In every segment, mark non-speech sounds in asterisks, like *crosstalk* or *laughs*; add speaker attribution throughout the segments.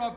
Speaker 1: of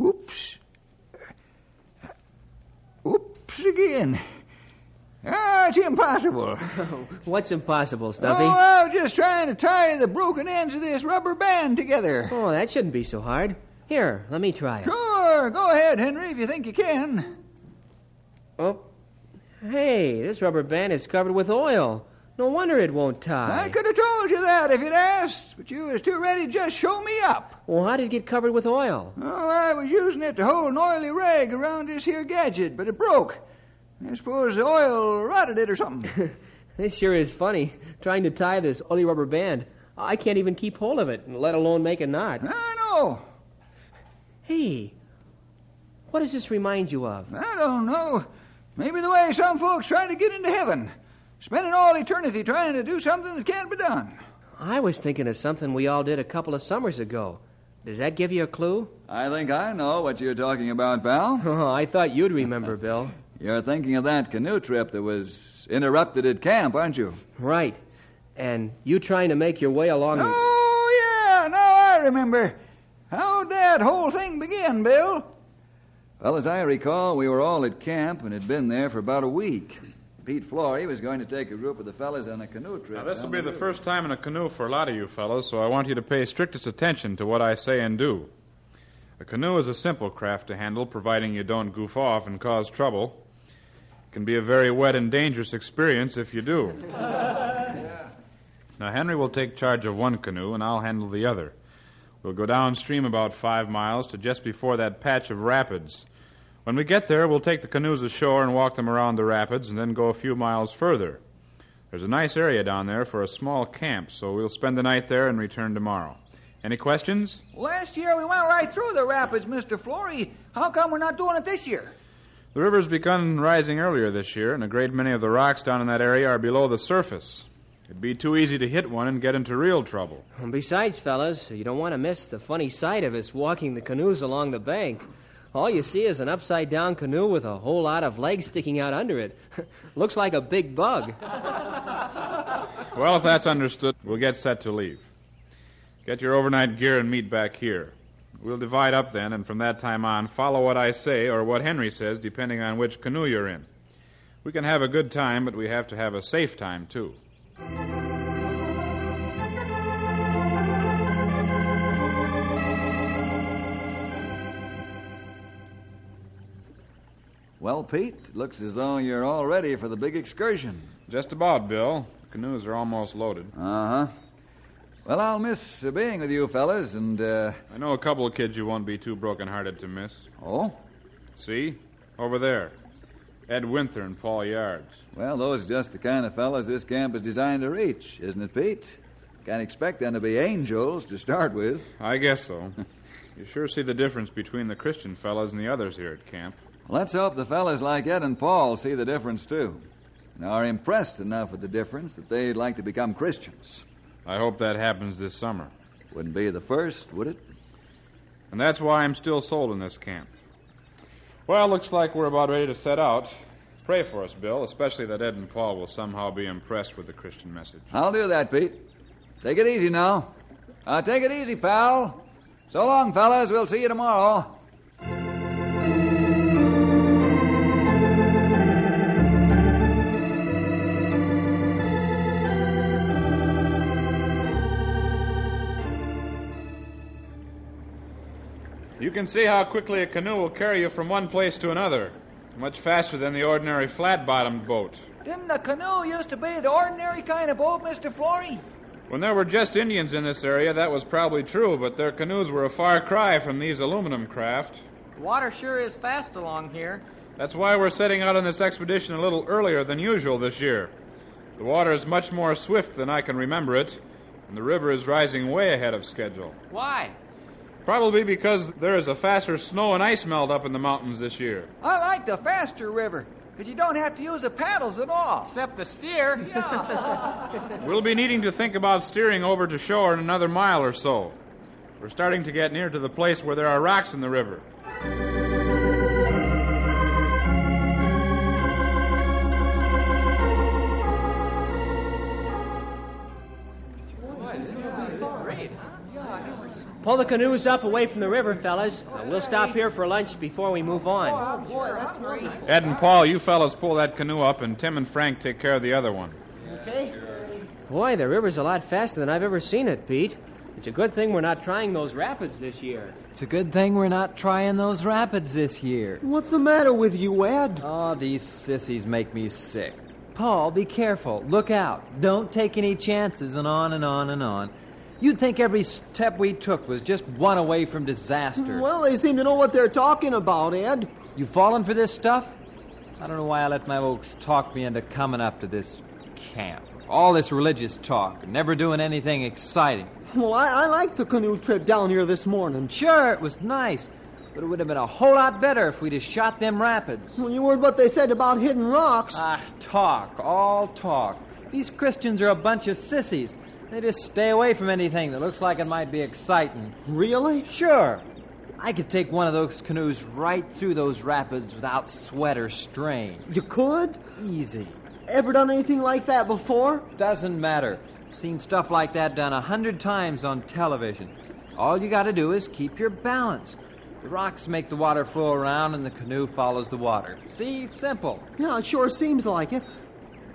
Speaker 2: Oops. Oops again. Ah, it's impossible.
Speaker 3: *laughs* What's impossible,
Speaker 2: Oh,
Speaker 3: Stumpy?
Speaker 2: I was just trying to tie the broken ends of this rubber band together.
Speaker 3: Oh, that shouldn't be so hard. Here, let me try it.
Speaker 2: Sure, go ahead, Henry, if you think you can.
Speaker 3: Oh. Hey, this rubber band is covered with oil. No wonder it won't tie.
Speaker 2: I could have told you that if you'd asked, but you was too ready to just show me up.
Speaker 3: Well, how did it get covered with oil?
Speaker 2: Oh, I was using it to hold an oily rag around this here gadget, but it broke. I suppose the oil rotted it or something.
Speaker 3: This sure is funny. *laughs* Trying to tie this oily rubber band. I can't even keep hold of it, let alone make a knot.
Speaker 2: I know.
Speaker 3: Hey, what does this remind you of?
Speaker 2: I don't know. Maybe the way some folks try to get into heaven, spending all eternity trying to do something that can't be done.
Speaker 3: I was thinking of something we all did a couple of summers ago. Does that give you a clue? *laughs*
Speaker 2: I think I know what you're talking about, pal.
Speaker 3: Oh, I thought you'd remember, Bill.
Speaker 2: You're thinking of that canoe trip that was interrupted at camp, aren't you?
Speaker 3: Right. And you trying to make your way along. the-
Speaker 2: Oh, yeah, now I remember. How'd that whole thing begin, Bill? Well, as I recall, we were all at camp and had been there for about a week. Pete Flory was going to take a group of the fellas on a canoe trip.
Speaker 4: Now, this will
Speaker 2: down
Speaker 4: be the
Speaker 2: river.
Speaker 4: first time in a canoe for a lot of you fellows, so I want you to pay strictest attention to what I say and do. A canoe is a simple craft to handle, providing you don't goof off and cause trouble. It can be a very wet and dangerous experience if you do. now, Henry will take charge of one canoe, and I'll handle the other. We'll go downstream about five miles to just before that patch of rapids. When we get there, we'll take the canoes ashore and walk them around the rapids, and then go a few miles further. There's a nice area down there for a small camp, so we'll spend the night there and return tomorrow. Any questions?
Speaker 2: Last year we went right through the rapids, Mr. Flory. How come we're not doing it this year?
Speaker 4: The river's begun rising earlier this year, and a great many of the rocks down in that area are below the surface. It'd be too easy to hit one and get into real trouble.
Speaker 3: And besides, fellas, you don't want to miss the funny sight of us walking the canoes along the bank. All you see is an upside down canoe with a whole lot of legs sticking out under it. *laughs* Looks like a big bug.
Speaker 4: Well, if that's understood, we'll get set to leave. Get your overnight gear and meet back here. We'll divide up then, and from that time on, follow what I say or what Henry says, depending on which canoe you're in. We can have a good time, but we have to have a safe time, too.
Speaker 5: Well, Pete, looks as though you're all ready for the big excursion.
Speaker 4: Just about, Bill. Canoes are almost loaded.
Speaker 5: Uh huh. Well, I'll miss uh, being with you fellas, and, uh.
Speaker 4: I know a couple of kids you won't be too broken-hearted to miss.
Speaker 5: Oh?
Speaker 4: See? Over there. Ed Winther and Paul Yards.
Speaker 5: Well, those are just the kind of fellas this camp is designed to reach, isn't it, Pete? Can't expect them to be angels to start with.
Speaker 4: I guess so. you sure see the difference between the Christian fellas and the others here at camp.
Speaker 5: Let's hope the fellas like Ed and Paul see the difference, too, and are impressed enough with the difference that they'd like to become Christians.
Speaker 4: I hope that happens this summer.
Speaker 5: Wouldn't be the first, would it?
Speaker 4: And that's why I'm still sold in this camp. Well, looks like we're about ready to set out. Pray for us, Bill, especially that Ed and Paul will somehow be impressed with the Christian message.
Speaker 5: I'll do that, Pete. Take it easy now. Uh, take it easy, pal. So long, fellas. We'll see you tomorrow.
Speaker 4: You can see how quickly a canoe will carry you from one place to another, much faster than the ordinary flat bottomed boat.
Speaker 2: Didn't the canoe used to be the ordinary kind of boat, Mr. Flory?
Speaker 4: When there were just Indians in this area, that was probably true, but their canoes were a far cry from these aluminum craft.
Speaker 1: Water sure is fast along here.
Speaker 4: That's why we're setting out on this expedition a little earlier than usual this year. The water is much more swift than I can remember it, and the river is rising way ahead of schedule.
Speaker 1: Why?
Speaker 4: Probably because there is a faster snow and ice melt up in the mountains this year.
Speaker 2: I like the faster river, because you don't have to use the paddles at all.
Speaker 1: Except the steer.
Speaker 4: We'll be needing to think about steering over to shore in another mile or so. We're starting to get near to the place where there are rocks in the river.
Speaker 3: Pull the canoes up away from the river, fellas. Now, we'll stop here for lunch before we move on.
Speaker 4: Ed and Paul, you fellows pull that canoe up, and Tim and Frank take care of the other one.
Speaker 3: Boy, the river's a lot faster than I've ever seen it, Pete. It's a good thing we're not trying those rapids this year.
Speaker 6: It's a good thing we're not trying those rapids this year.
Speaker 7: What's the matter with you, Ed?
Speaker 6: Oh, these sissies make me sick. Paul, be careful. Look out. Don't take any chances, and on and on and on. You'd think every step we took was just one away from disaster.
Speaker 7: Well, they seem to know what they're talking about, Ed.
Speaker 6: You falling for this stuff? I don't know why I let my folks talk me into coming up to this camp. All this religious talk, never doing anything exciting.
Speaker 7: *laughs* Well, I, I liked the canoe trip down here this morning.
Speaker 6: Sure, it was nice, but it would have been a whole lot better if we'd have shot them rapids.
Speaker 7: When you heard what they said about hidden rocks,
Speaker 6: Ah, talk, all talk. These Christians are a bunch of sissies. They just stay away from anything that looks like it might be exciting.
Speaker 7: really?
Speaker 6: Sure, I could take one of those canoes right through those rapids without sweat or strain.
Speaker 7: You could?
Speaker 6: Easy.
Speaker 7: Ever done anything like that before?
Speaker 6: Doesn't matter. Seen stuff like that done a hundred times on television. All you gotta do is keep your balance. The rocks make the water flow around and the canoe follows the water. See? Simple.
Speaker 7: Yeah, it sure seems like it.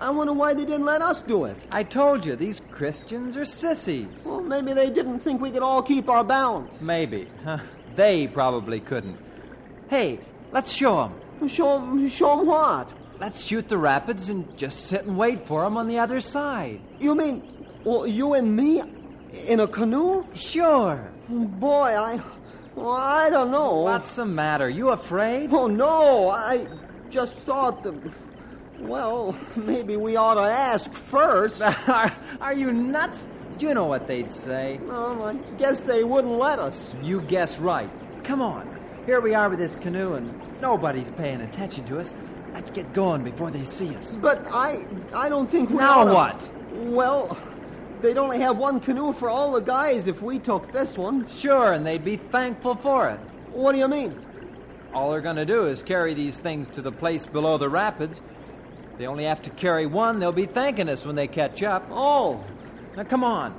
Speaker 7: I wonder why they didn't let us do it.
Speaker 6: I told you, these Christians are sissies.
Speaker 7: Well, maybe they didn't think we could all keep our balance.
Speaker 6: Maybe. Huh. They probably couldn't. Hey, let's show them.
Speaker 7: Show 'em show 'em what?
Speaker 6: Let's shoot the rapids and just sit and wait for them on the other side.
Speaker 7: You mean, well, you and me in a canoe?
Speaker 6: Sure.
Speaker 7: Boy, I, well, I don't know.
Speaker 6: What's the matter? You afraid? *laughs*
Speaker 7: Oh no, I just thought that. Well, maybe we ought to ask first.
Speaker 6: are, are you nuts? You know what they'd say.
Speaker 7: Well, I guess they wouldn't let us.
Speaker 6: You guess right. Come on. Here we are with this canoe, and nobody's paying attention to us. Let's get going before they see us.
Speaker 7: But I, I don't think we.
Speaker 6: Now
Speaker 7: oughta-
Speaker 6: what?
Speaker 7: Well, they'd only have one canoe for all the guys if we took this one.
Speaker 6: Sure, and they'd be thankful for it.
Speaker 7: What do you mean?
Speaker 6: All they're going to do is carry these things to the place below the rapids. They only have to carry one. They'll be thanking us when they catch up.
Speaker 7: Oh,
Speaker 6: Now, come on.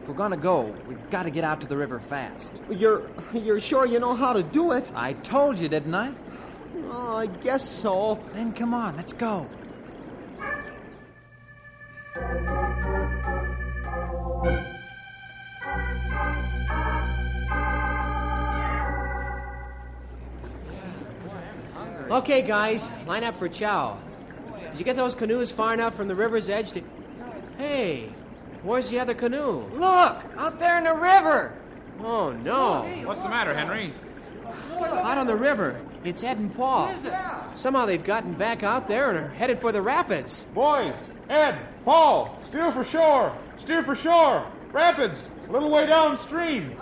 Speaker 6: If we're going to go, we've got to get out to the river fast.
Speaker 7: you're, you're sure you know how to do it?
Speaker 6: I told you, didn't I?
Speaker 7: Oh, I guess so.
Speaker 6: Then come on, let's go. *laughs*
Speaker 3: Okay, guys, line up for chow. Did you get those canoes far enough from the river's edge to. Hey, where's the other canoe?
Speaker 1: Look, out there in the river.
Speaker 3: Oh, no.
Speaker 4: What's the matter, Henry?
Speaker 3: Out on the river. It's Ed and Paul. Somehow they've gotten back out there and are headed for the rapids.
Speaker 4: Boys, Ed, Paul, steer for shore. Steer for shore. Rapids, a little way downstream.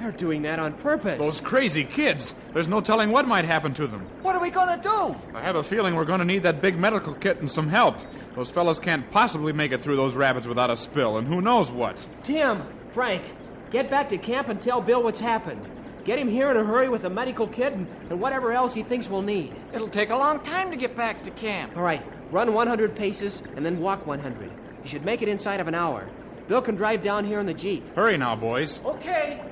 Speaker 3: They're doing that on purpose.
Speaker 4: Those crazy kids. There's no telling what might happen to them.
Speaker 2: What are we going to do?
Speaker 4: I have a feeling we're going to need that big medical kit and some help. Those fellows can't possibly make it through those rapids without a spill, and who knows what.
Speaker 3: Tim, Frank, get back to camp and tell Bill what's happened. Get him here in a hurry with a medical kit and, and whatever else he thinks we'll need.
Speaker 1: It'll take a long time to get back to camp.
Speaker 3: All right, run 100 paces and then walk 100. You should make it inside of an hour. Bill can drive down here in the Jeep.
Speaker 4: Hurry now, boys.
Speaker 1: Okay.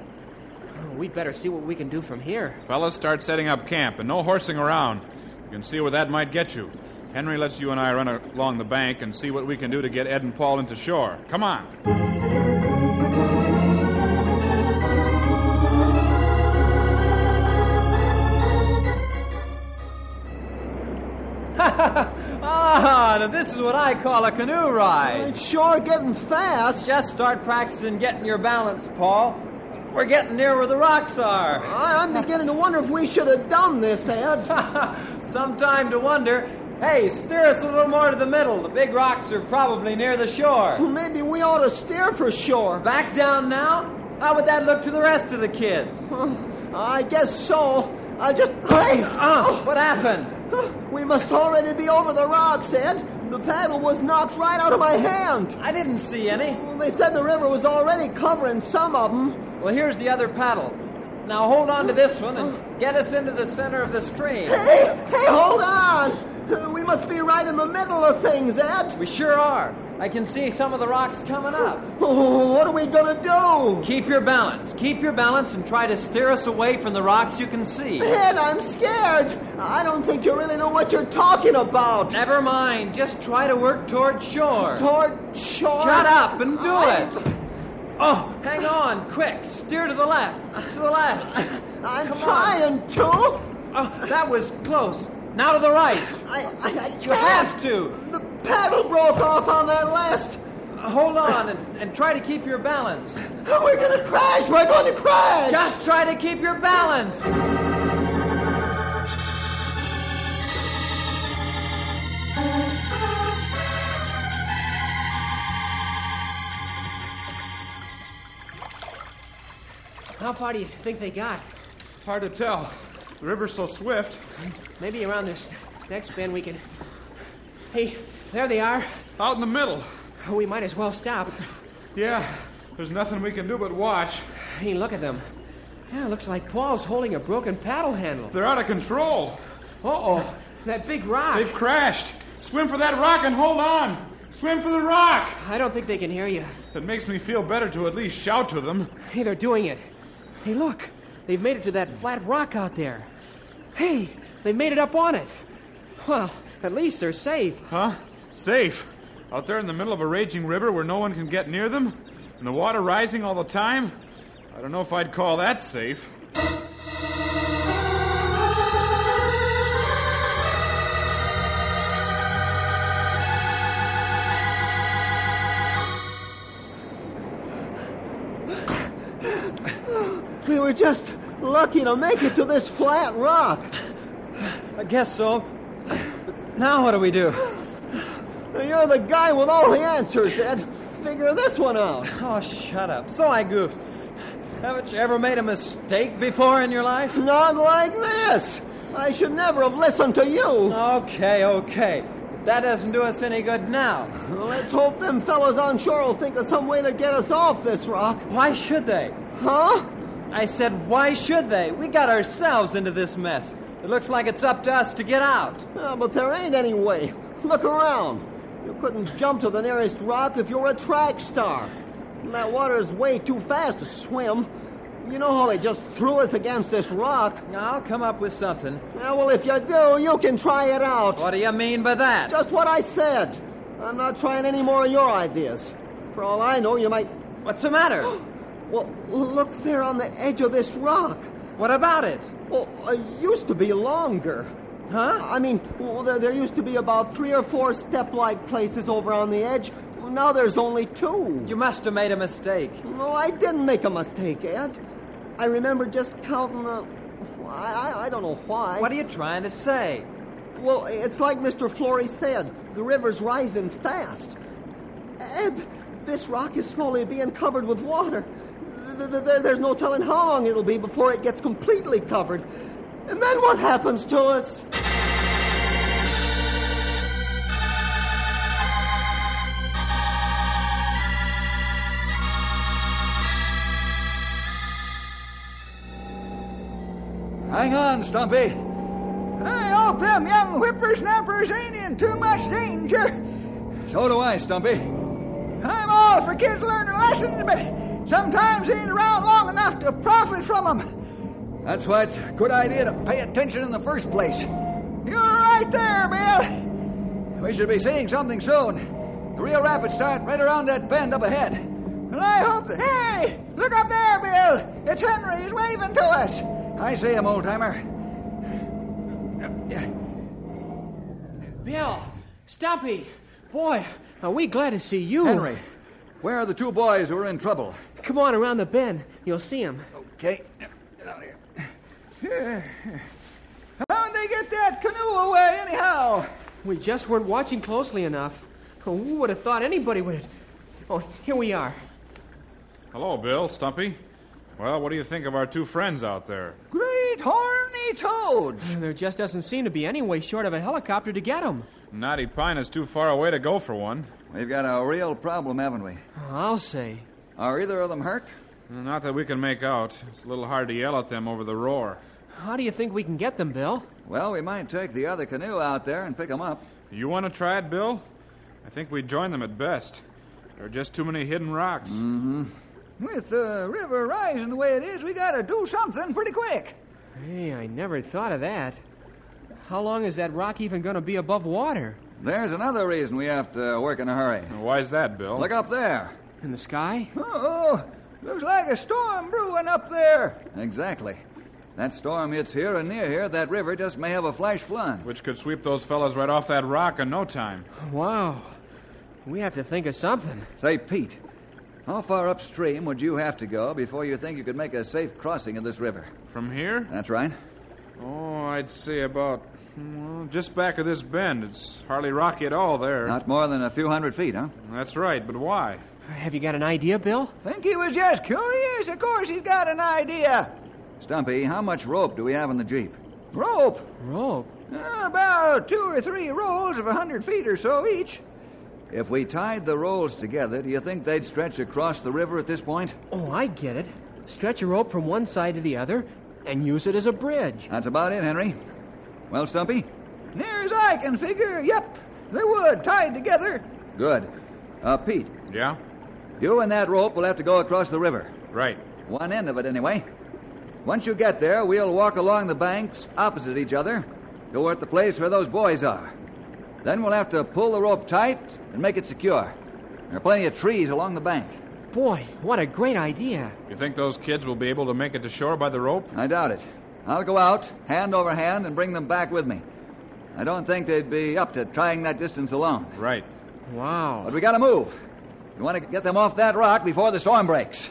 Speaker 3: Oh, we'd better see what we can do from here.
Speaker 4: Fellas, start setting up camp, and no horsing around. You can see where that might get you. Henry lets you and I run along the bank and see what we can do to get Ed and Paul into shore. Come on.
Speaker 6: Ah, this is what I call a canoe ride.
Speaker 7: It's sure getting fast.
Speaker 6: Just start practicing getting your balance, Paul. We're getting near where the rocks are.
Speaker 7: I, I'm beginning to wonder if we should have done this, Ed.
Speaker 6: *laughs* Some time to wonder. Hey, steer us a little more to the middle. The big rocks are probably near the shore.
Speaker 7: Maybe we ought to steer for shore.
Speaker 6: Back down now? How would that look to the rest of the kids?
Speaker 7: I guess so. I just. Hey!
Speaker 6: Oh, what happened?
Speaker 7: We must already be over the rocks, Ed. The paddle was knocked right out of my hand.
Speaker 6: I didn't see any.
Speaker 7: Well, They said the river was already covering some of them.
Speaker 6: Well, here's the other paddle. Now hold on to this one and get us into the center of the stream.
Speaker 7: Hey, hey, hold on! Uh, We must be right in the middle of things, Ed.
Speaker 6: We sure are. I can see some of the rocks coming up.
Speaker 7: Oh, what are we gonna do?
Speaker 6: Keep your balance. Keep your balance and try to steer us away from the rocks you can see.
Speaker 7: Ed, I'm scared. I don't think you really know what you're talking about.
Speaker 6: Never mind. Just try to work toward shore.
Speaker 7: Toward shore.
Speaker 6: Shut up and do
Speaker 7: I-
Speaker 6: it. Oh, hang on. Quick. Steer to the left. To the left.
Speaker 7: I'm
Speaker 6: Come on.
Speaker 7: trying to.
Speaker 6: Oh, that was close. Now to the right.
Speaker 7: I, I, I
Speaker 6: You have
Speaker 7: can't.
Speaker 6: to.
Speaker 7: The paddle broke off on that last.
Speaker 6: Uh, Hold on and, and try to keep your balance.
Speaker 7: We're gonna crash. We're gonna crash.
Speaker 6: Just try to keep your balance.
Speaker 3: How far do you think they got?
Speaker 4: Hard to tell. The river's so swift.
Speaker 3: Maybe around this next bend we can. Hey, there they are.
Speaker 4: Out in the middle.
Speaker 3: We might as well stop.
Speaker 4: Yeah, there's nothing we can do but watch.
Speaker 3: Hey, look at them. Yeah, looks like Paul's holding a broken paddle handle.
Speaker 4: They're out of control.
Speaker 3: Uh-oh, that big rock.
Speaker 4: They've crashed. Swim for that rock and hold on. Swim for the rock.
Speaker 3: I don't think they can hear you.
Speaker 4: It makes me feel better to at least shout to them.
Speaker 3: Hey, they're doing it. Hey, look. They've made it to that flat rock out there. Hey, they made it up on it. Well, at least they're safe.
Speaker 4: Huh? Safe. Out there in the middle of a raging river where no one can get near them, and the water rising all the time. I don't know if I'd call that safe.
Speaker 7: We were just lucky to make it to this flat rock.
Speaker 6: I guess so. Now what do we do?
Speaker 7: You're the guy with all the answers, Ed. Figure this one out.
Speaker 6: Oh, shut up. So I goofed. Haven't you ever made a mistake before in your life?
Speaker 7: Not like this. I should never have listened to you.
Speaker 6: Okay, okay. That doesn't do us any good now.
Speaker 7: Let's hope them fellows on shore will think of some way to get us off this rock.
Speaker 6: Why should they?
Speaker 7: Huh?
Speaker 6: I said, why should they? We got ourselves into this mess. It looks like it's up to us to get out.
Speaker 7: Ah, but there ain't any way. Look around. You couldn't jump to the nearest rock if you were a track star. And that water is way too fast to swim. You know how they just threw us against this rock.
Speaker 6: I'll come up with something.
Speaker 7: Ah, well, if you do, you can try it out.
Speaker 6: What do you mean by that?
Speaker 7: Just what I said. I'm not trying any more of your ideas. For all I know, you might. *gasps*
Speaker 6: What's the matter?
Speaker 7: Well, look there on the edge of this rock.
Speaker 6: What about it?
Speaker 7: Well, it Oh, used to be longer.
Speaker 6: Huh?
Speaker 7: I mean, well, there, there used to be about three or four step like places over on the edge. Now there's only two.
Speaker 6: You must have made a mistake.
Speaker 7: No, I didn't make a mistake, Ed. I remember just counting the. I, I, I don't know why.
Speaker 6: What are you trying to say?
Speaker 7: Well, it's like Mr. Flory said the river's rising fast. Ed, this rock is slowly being covered with water. Th- th- th- There's no telling how long it'll be before it gets completely covered. And then what happens to us?
Speaker 5: Hang on, Stumpy.
Speaker 2: Hey, all them young whippersnappers ain't in too much danger.
Speaker 5: So do I, Stumpy.
Speaker 2: I'm all for kids learning lessons, but sometimes they ain't around long enough to profit from 'em.
Speaker 5: That's why it's a good idea to pay attention in the first place.
Speaker 2: You're right there, Bill.
Speaker 5: We should be seeing something soon. The Rio Rapids start right around that bend up ahead.
Speaker 2: And I hope that. Hey, look up there, Bill. It's Henry. He's waving to us.
Speaker 5: I see him, old timer.
Speaker 3: Bill, Stumpy, boy, are we glad to see you.
Speaker 5: Henry, where are the two boys who are in trouble?
Speaker 3: Come on around the bend. You'll see him.
Speaker 5: Okay.
Speaker 2: How'd they get that canoe away, anyhow?
Speaker 3: We just weren't watching closely enough. Who would have thought anybody would have... Oh, here we are.
Speaker 4: Hello, Bill, Stumpy. Well, what do you think of our two friends out there?
Speaker 2: Great horny toads!
Speaker 3: There just doesn't seem to be any way short of a helicopter to get him.
Speaker 4: Knotty Pine is too far away to go for one.
Speaker 5: We've got a real problem, haven't we?
Speaker 3: I'll say.
Speaker 5: Are either of them hurt?
Speaker 4: Not that we can make out. It's a little hard to yell at them over the roar.
Speaker 3: How do you think we can get them, Bill?
Speaker 5: Well, we might take the other canoe out there and pick them up.
Speaker 4: You want to try it, Bill? I think we'd join them at best. There are just too many hidden rocks.
Speaker 2: With the river rising the way it is, we gotta do something pretty quick.
Speaker 3: Hey, I never thought of that. How long is that rock even going to be above water?
Speaker 5: There's another reason we have to work in a hurry.
Speaker 4: Why's that, Bill?
Speaker 5: Look up there.
Speaker 3: In the sky?
Speaker 2: Oh, looks like a storm brewing up there.
Speaker 5: Exactly. That storm hits here and near here, that river just may have a flash flood.
Speaker 4: Which could sweep those fellows right off that rock in no time.
Speaker 3: Wow. We have to think of something.
Speaker 5: Say, Pete, how far upstream would you have to go before you think you could make a safe crossing of this river?
Speaker 4: From here?
Speaker 5: That's right.
Speaker 4: Oh, I'd say about well, just back of this bend. It's hardly rocky at all there.
Speaker 5: Not more than a few hundred feet, huh?
Speaker 4: That's right, but why?
Speaker 3: Have you got an idea, Bill?
Speaker 2: Think he was just curious? Of course he's got an idea.
Speaker 5: Stumpy, how much rope do we have in the Jeep?
Speaker 2: Rope.
Speaker 3: Rope.
Speaker 5: Ah,
Speaker 2: Uh, About two or three rolls of a hundred feet or so each.
Speaker 5: If we tied the rolls together, do you think they'd stretch across the river at this point?
Speaker 3: Oh, I get it. Stretch a rope from one side to the other and use it as a bridge.
Speaker 5: That's about it, Henry. Well, Stumpy?
Speaker 2: Near as I can figure, yep, they would, tied together.
Speaker 5: Good. Uh, Pete,
Speaker 4: Yeah?
Speaker 5: you and that rope will have to go across the river.
Speaker 4: Right.
Speaker 5: One end of it, anyway. Once you get there, we'll walk along the banks opposite each other toward the place where those boys are. Then we'll have to pull the rope tight and make it secure. There are plenty of trees along the bank.
Speaker 3: Boy, what a great idea.
Speaker 4: You think those kids will be able to make it to shore by the rope?
Speaker 5: I doubt it. I'll go out, hand over hand, and bring them back with me. I don't think they'd be up to trying that distance alone.
Speaker 4: Right.
Speaker 3: Wow.
Speaker 5: But we gotta move. We want to get them off that rock before the storm breaks.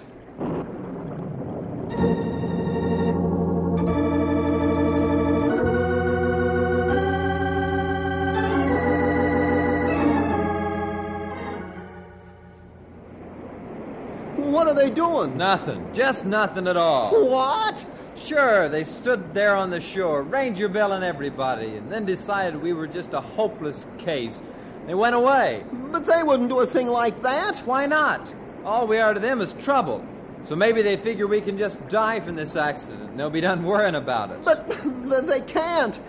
Speaker 7: What are they doing?
Speaker 6: Nothing. Just nothing at all.
Speaker 7: What?
Speaker 6: Sure, they stood there on the shore, Ranger Bill and everybody, and then decided we were just a hopeless case. They went away.
Speaker 7: But they wouldn't do a thing like that.
Speaker 6: Why not? All we are to them is trouble. So maybe they figure we can just die from this accident and they'll be done worrying about us.
Speaker 7: But they can't.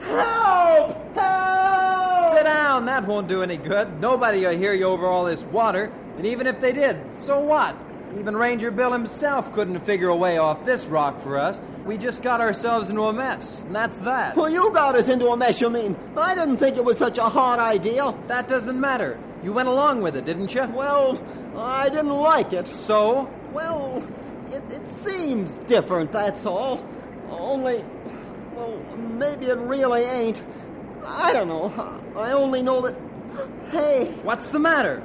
Speaker 7: Help! Help!
Speaker 6: Sit down, that won't do any good. Nobody will hear you over all this water. And even if they did, so what? Even Ranger Bill himself couldn't figure a way off this rock for us. We just got ourselves into a mess, and that's that.
Speaker 7: Well, you got us into a mess, you mean. I didn't think it was such a hard idea.
Speaker 6: That doesn't matter. You went along with it, didn't you?
Speaker 7: Well, I didn't like it.
Speaker 6: so?
Speaker 7: Well, it, it seems different, that's all. Only, well, maybe it really ain't. I don't know. I only know that. Hey, *laughs*
Speaker 6: What's the matter?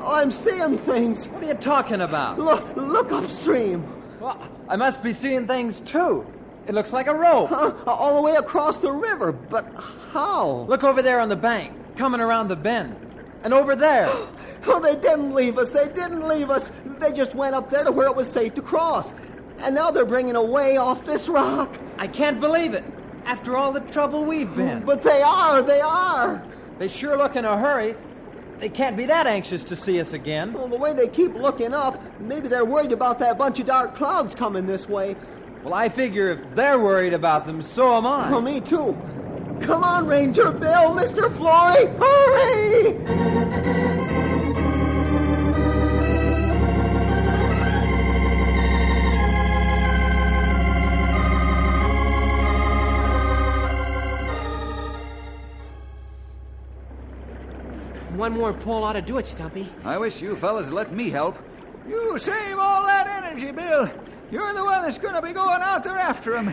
Speaker 7: I'm seeing things.
Speaker 6: What are you talking about?
Speaker 7: Look, look upstream.
Speaker 6: Well, I must be seeing things too. It looks like a rope.
Speaker 7: Huh? All the way across the river. But how?
Speaker 6: Look over there on the bank, coming around the bend. And over there.
Speaker 7: Oh, they didn't leave us. They didn't leave us. They just went up there to where it was safe to cross. And now they're bringing a way off this rock.
Speaker 6: I can't believe it. After all the trouble we've been.
Speaker 7: But they are, they are.
Speaker 6: They sure look in a hurry. They can't be that anxious to see us again.
Speaker 7: Well, the way they keep looking up, maybe they're worried about that bunch of dark clouds coming this way.
Speaker 6: Well, I figure if they're worried about them, so am I.
Speaker 7: Oh, me too. Come on, Ranger Bill, Mr. Flory, hurry!
Speaker 3: One more pull ought to do it, Stumpy.
Speaker 5: I wish you fellas let me help. *laughs*
Speaker 2: You save all that energy, Bill. You're the one that's gonna be going out there after him.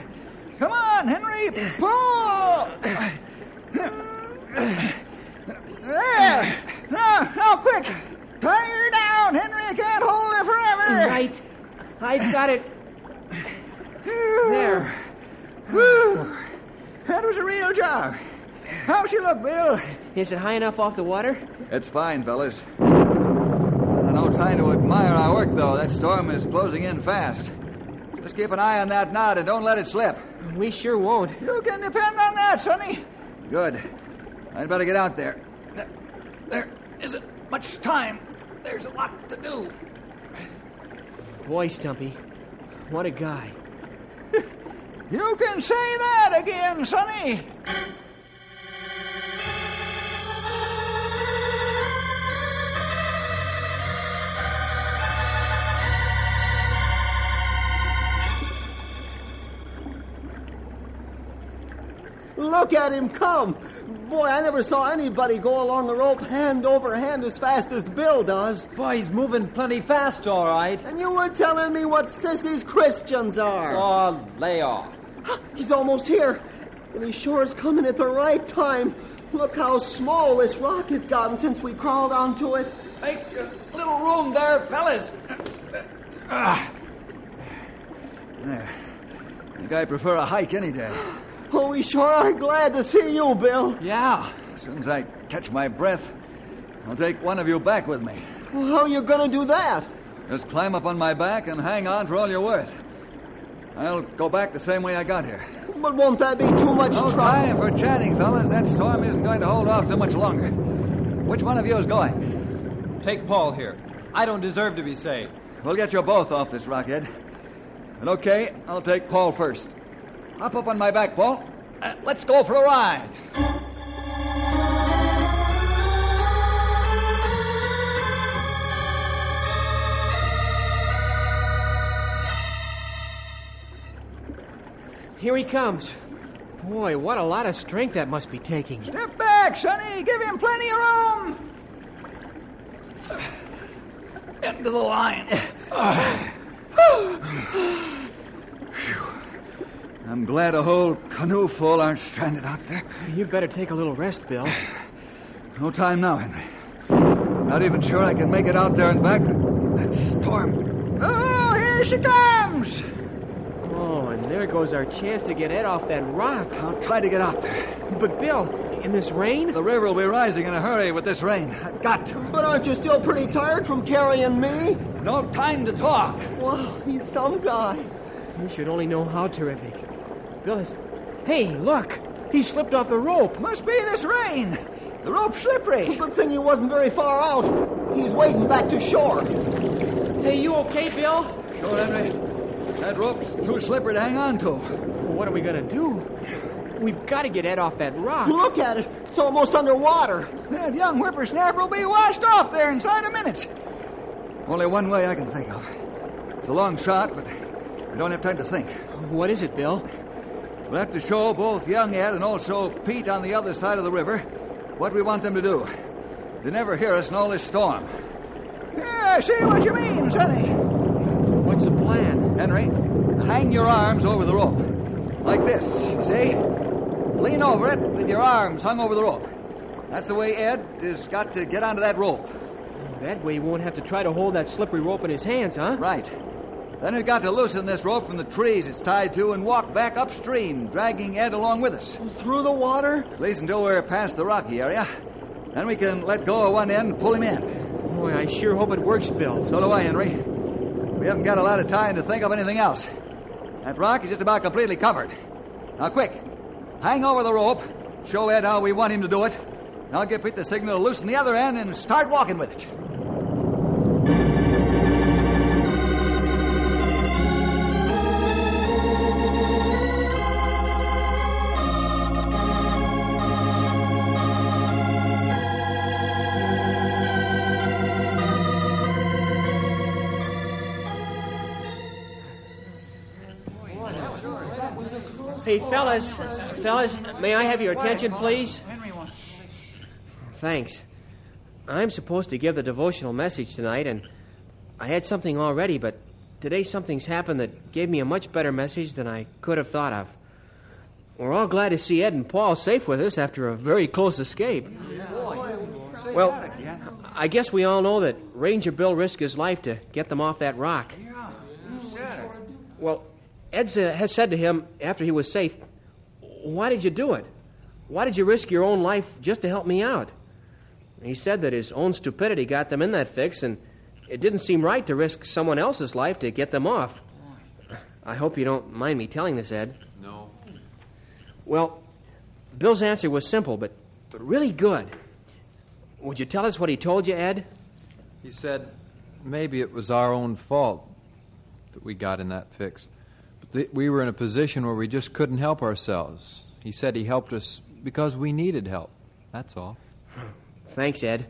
Speaker 2: Come on, Henry, pull!
Speaker 5: There! Now, now, quick! Tie her down! Henry I can't hold her forever!
Speaker 1: Right. I've got it. There.
Speaker 5: Whew. That was a real job. How's she look, Bill?
Speaker 3: Is it high enough off the water?
Speaker 5: It's fine, fellas. No time to admire our work, though. That storm is closing in fast. Just keep an eye on that knot and don't let it slip.
Speaker 3: We sure won't.
Speaker 5: You can depend on that, Sonny. Good. I'd better get out there. There, there isn't much time. There's a lot to do.
Speaker 3: Boy, Stumpy, what a guy.
Speaker 5: You can say that again, Sonny.
Speaker 7: Look at him come. Boy, I never saw anybody go along a rope hand over hand as fast as Bill does.
Speaker 6: Boy, he's moving plenty fast, all right.
Speaker 7: And you were telling me what sissies Christians are.
Speaker 6: Oh, lay off.
Speaker 7: He's almost here. And he sure is coming at the right time. Look how small this rock has gotten since we crawled onto it.
Speaker 5: Make a little room there, fellas. Ah. There. I think I prefer a hike any day.
Speaker 7: Oh, we sure are glad to see you, Bill.
Speaker 5: Yeah. As soon as I catch my breath, I'll take one of you back with me.
Speaker 7: Well, how are you going to do that?
Speaker 5: Just climb up on my back and hang on for all you're worth. I'll go back the same way I got here.
Speaker 7: But won't that be too much
Speaker 5: No
Speaker 7: trouble?
Speaker 5: time for chatting, fellas. That storm isn't going to hold off too much longer. Which one of you is going?
Speaker 6: Take Paul here. I don't deserve to be saved.
Speaker 5: We'll get you both off this rockhead. And okay, I'll take Paul first. Hop up on my back, Paul. Uh, let's go for a ride.
Speaker 3: Here he comes. Boy, what a lot of strength that must be taking.
Speaker 5: Step back, Sonny. Give him plenty of room.
Speaker 1: Into the line.
Speaker 5: I'm glad a whole canoe full aren't stranded out there.
Speaker 3: You'd better take a little rest, Bill.
Speaker 5: No time now, Henry. Not even sure I can make it out there and back. That storm. Oh, here she comes!
Speaker 3: Oh, and there goes our chance to get Ed off that rock.
Speaker 5: I'll try to get out there.
Speaker 3: But, Bill, in this rain?
Speaker 5: The river will be rising in a hurry with this rain. I've got to.
Speaker 7: But aren't you still pretty tired from carrying me?
Speaker 5: No time to talk.
Speaker 7: Well, he's some guy.
Speaker 3: You should only know how terrific. Bill is. Hey, look! He slipped off the rope.
Speaker 5: Must be this rain. The rope's slippery.
Speaker 7: Good thing he wasn't very far out. He's wading back to shore.
Speaker 3: Hey, you okay, Bill?
Speaker 5: Sure, Henry. That rope's too slippery to hang on to.
Speaker 3: What are we gonna do? We've got to get Ed off that rock.
Speaker 7: Look at it. It's almost underwater.
Speaker 5: That young whippersnapper will be washed off there inside a minute. Only one way I can think of. It's a long shot, but I don't have time to think.
Speaker 3: What is it, Bill?
Speaker 5: We'll have to show both young Ed and also Pete on the other side of the river what we want them to do. They never hear us in all this storm. Yeah, I see what you mean, Sonny.
Speaker 3: What's the plan?
Speaker 5: Henry, hang your arms over the rope. Like this, you see? Lean over it with your arms hung over the rope. That's the way Ed has got to get onto that rope.
Speaker 3: That way he won't have to try to hold that slippery rope in his hands, huh?
Speaker 5: Right. Then we've got to loosen this rope from the trees it's tied to and walk back upstream, dragging Ed along with us.
Speaker 7: Through the water?
Speaker 5: At least until we're past the rocky area. Then we can let go of one end and pull him in.
Speaker 3: Boy, I sure hope it works, Bill.
Speaker 5: So do I, Henry. We haven't got a lot of time to think of anything else. That rock is just about completely covered. Now, quick, hang over the rope. Show Ed how we want him to do it. And I'll give Pete the signal to loosen the other end and start walking with it.
Speaker 3: Hey, fellas, fellas, may I have your attention, please? Thanks. I'm supposed to give the devotional message tonight, and I had something already, but today something's happened that gave me a much better message than I could have thought of. We're all glad to see Ed and Paul safe with us after a very close escape. Well, I guess we all know that Ranger Bill risked his life to get them off that rock. Well, Ed sa- has said to him after he was safe, Why did you do it? Why did you risk your own life just to help me out? He said that his own stupidity got them in that fix, and it didn't seem right to risk someone else's life to get them off. I hope you don't mind me telling this, Ed. No. Well, Bill's answer was simple, but but really good. Would you tell us what he told you, Ed?
Speaker 6: He said maybe it was our own fault that we got in that fix. But th- we were in a position where we just couldn't help ourselves. He said he helped us because we needed help. That's all.
Speaker 3: Thanks, Ed.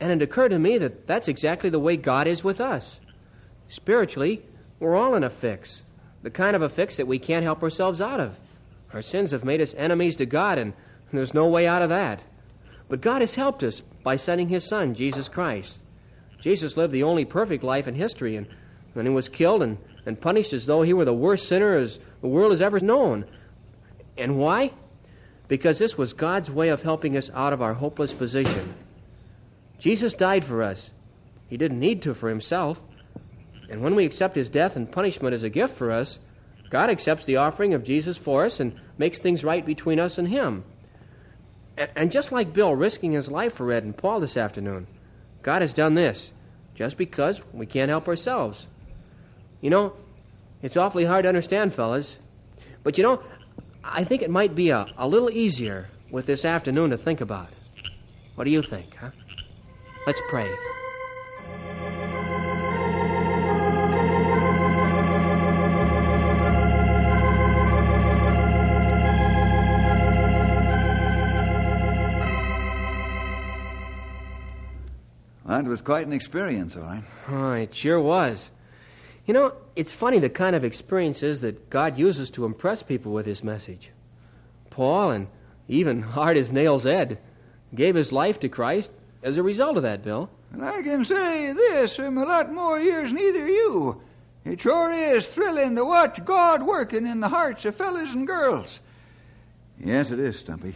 Speaker 3: And it occurred to me that that's exactly the way God is with us. Spiritually, we're all in a fix, the kind of a fix that we can't help ourselves out of. Our sins have made us enemies to God, and there's no way out of that. But God has helped us by sending His Son, Jesus Christ. Jesus lived the only perfect life in history, and then He was killed and, and punished as though He were the worst sinner as the world has ever known. And why? because this was God's way of helping us out of our hopeless position. Jesus died for us. He didn't need to for himself. And when we accept his death and punishment as a gift for us, God accepts the offering of Jesus for us and makes things right between us and him. And, and just like Bill risking his life for Ed and Paul this afternoon, God has done this just because we can't help ourselves. You know, it's awfully hard to understand, fellas. But you know, I think it might be a, a little easier with this afternoon to think about. What do you think, huh? Let's pray.
Speaker 5: That was quite an experience, all right.
Speaker 3: Oh, it sure was. You know, it's funny the kind of experiences that God uses to impress people with his message. Paul, and even *laughs* hard as nails Ed, gave his life to Christ as a result of that, Bill.
Speaker 5: And I can say this from a lot more years than either of you. It sure is thrilling to watch God working in the hearts of fellas and girls. Yes, it is, Stumpy.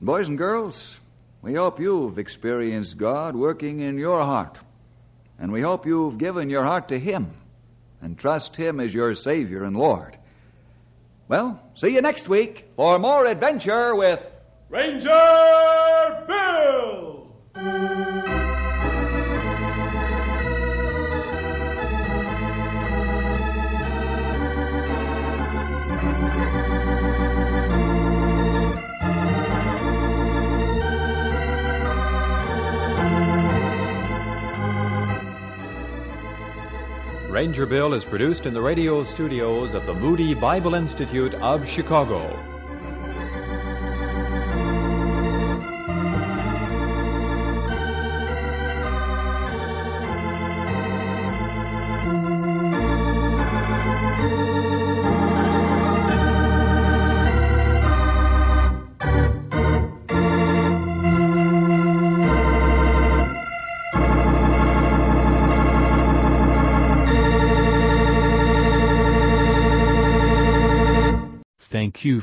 Speaker 5: Boys and girls, we hope you've experienced God working in your heart. And we hope you've given your heart to Him and trust Him as your Savior and Lord. Well, see you next week for more adventure with
Speaker 4: Ranger Bill!
Speaker 8: Ranger Bill is produced in the radio studios of the Moody Bible Institute of Chicago.
Speaker 9: Thank you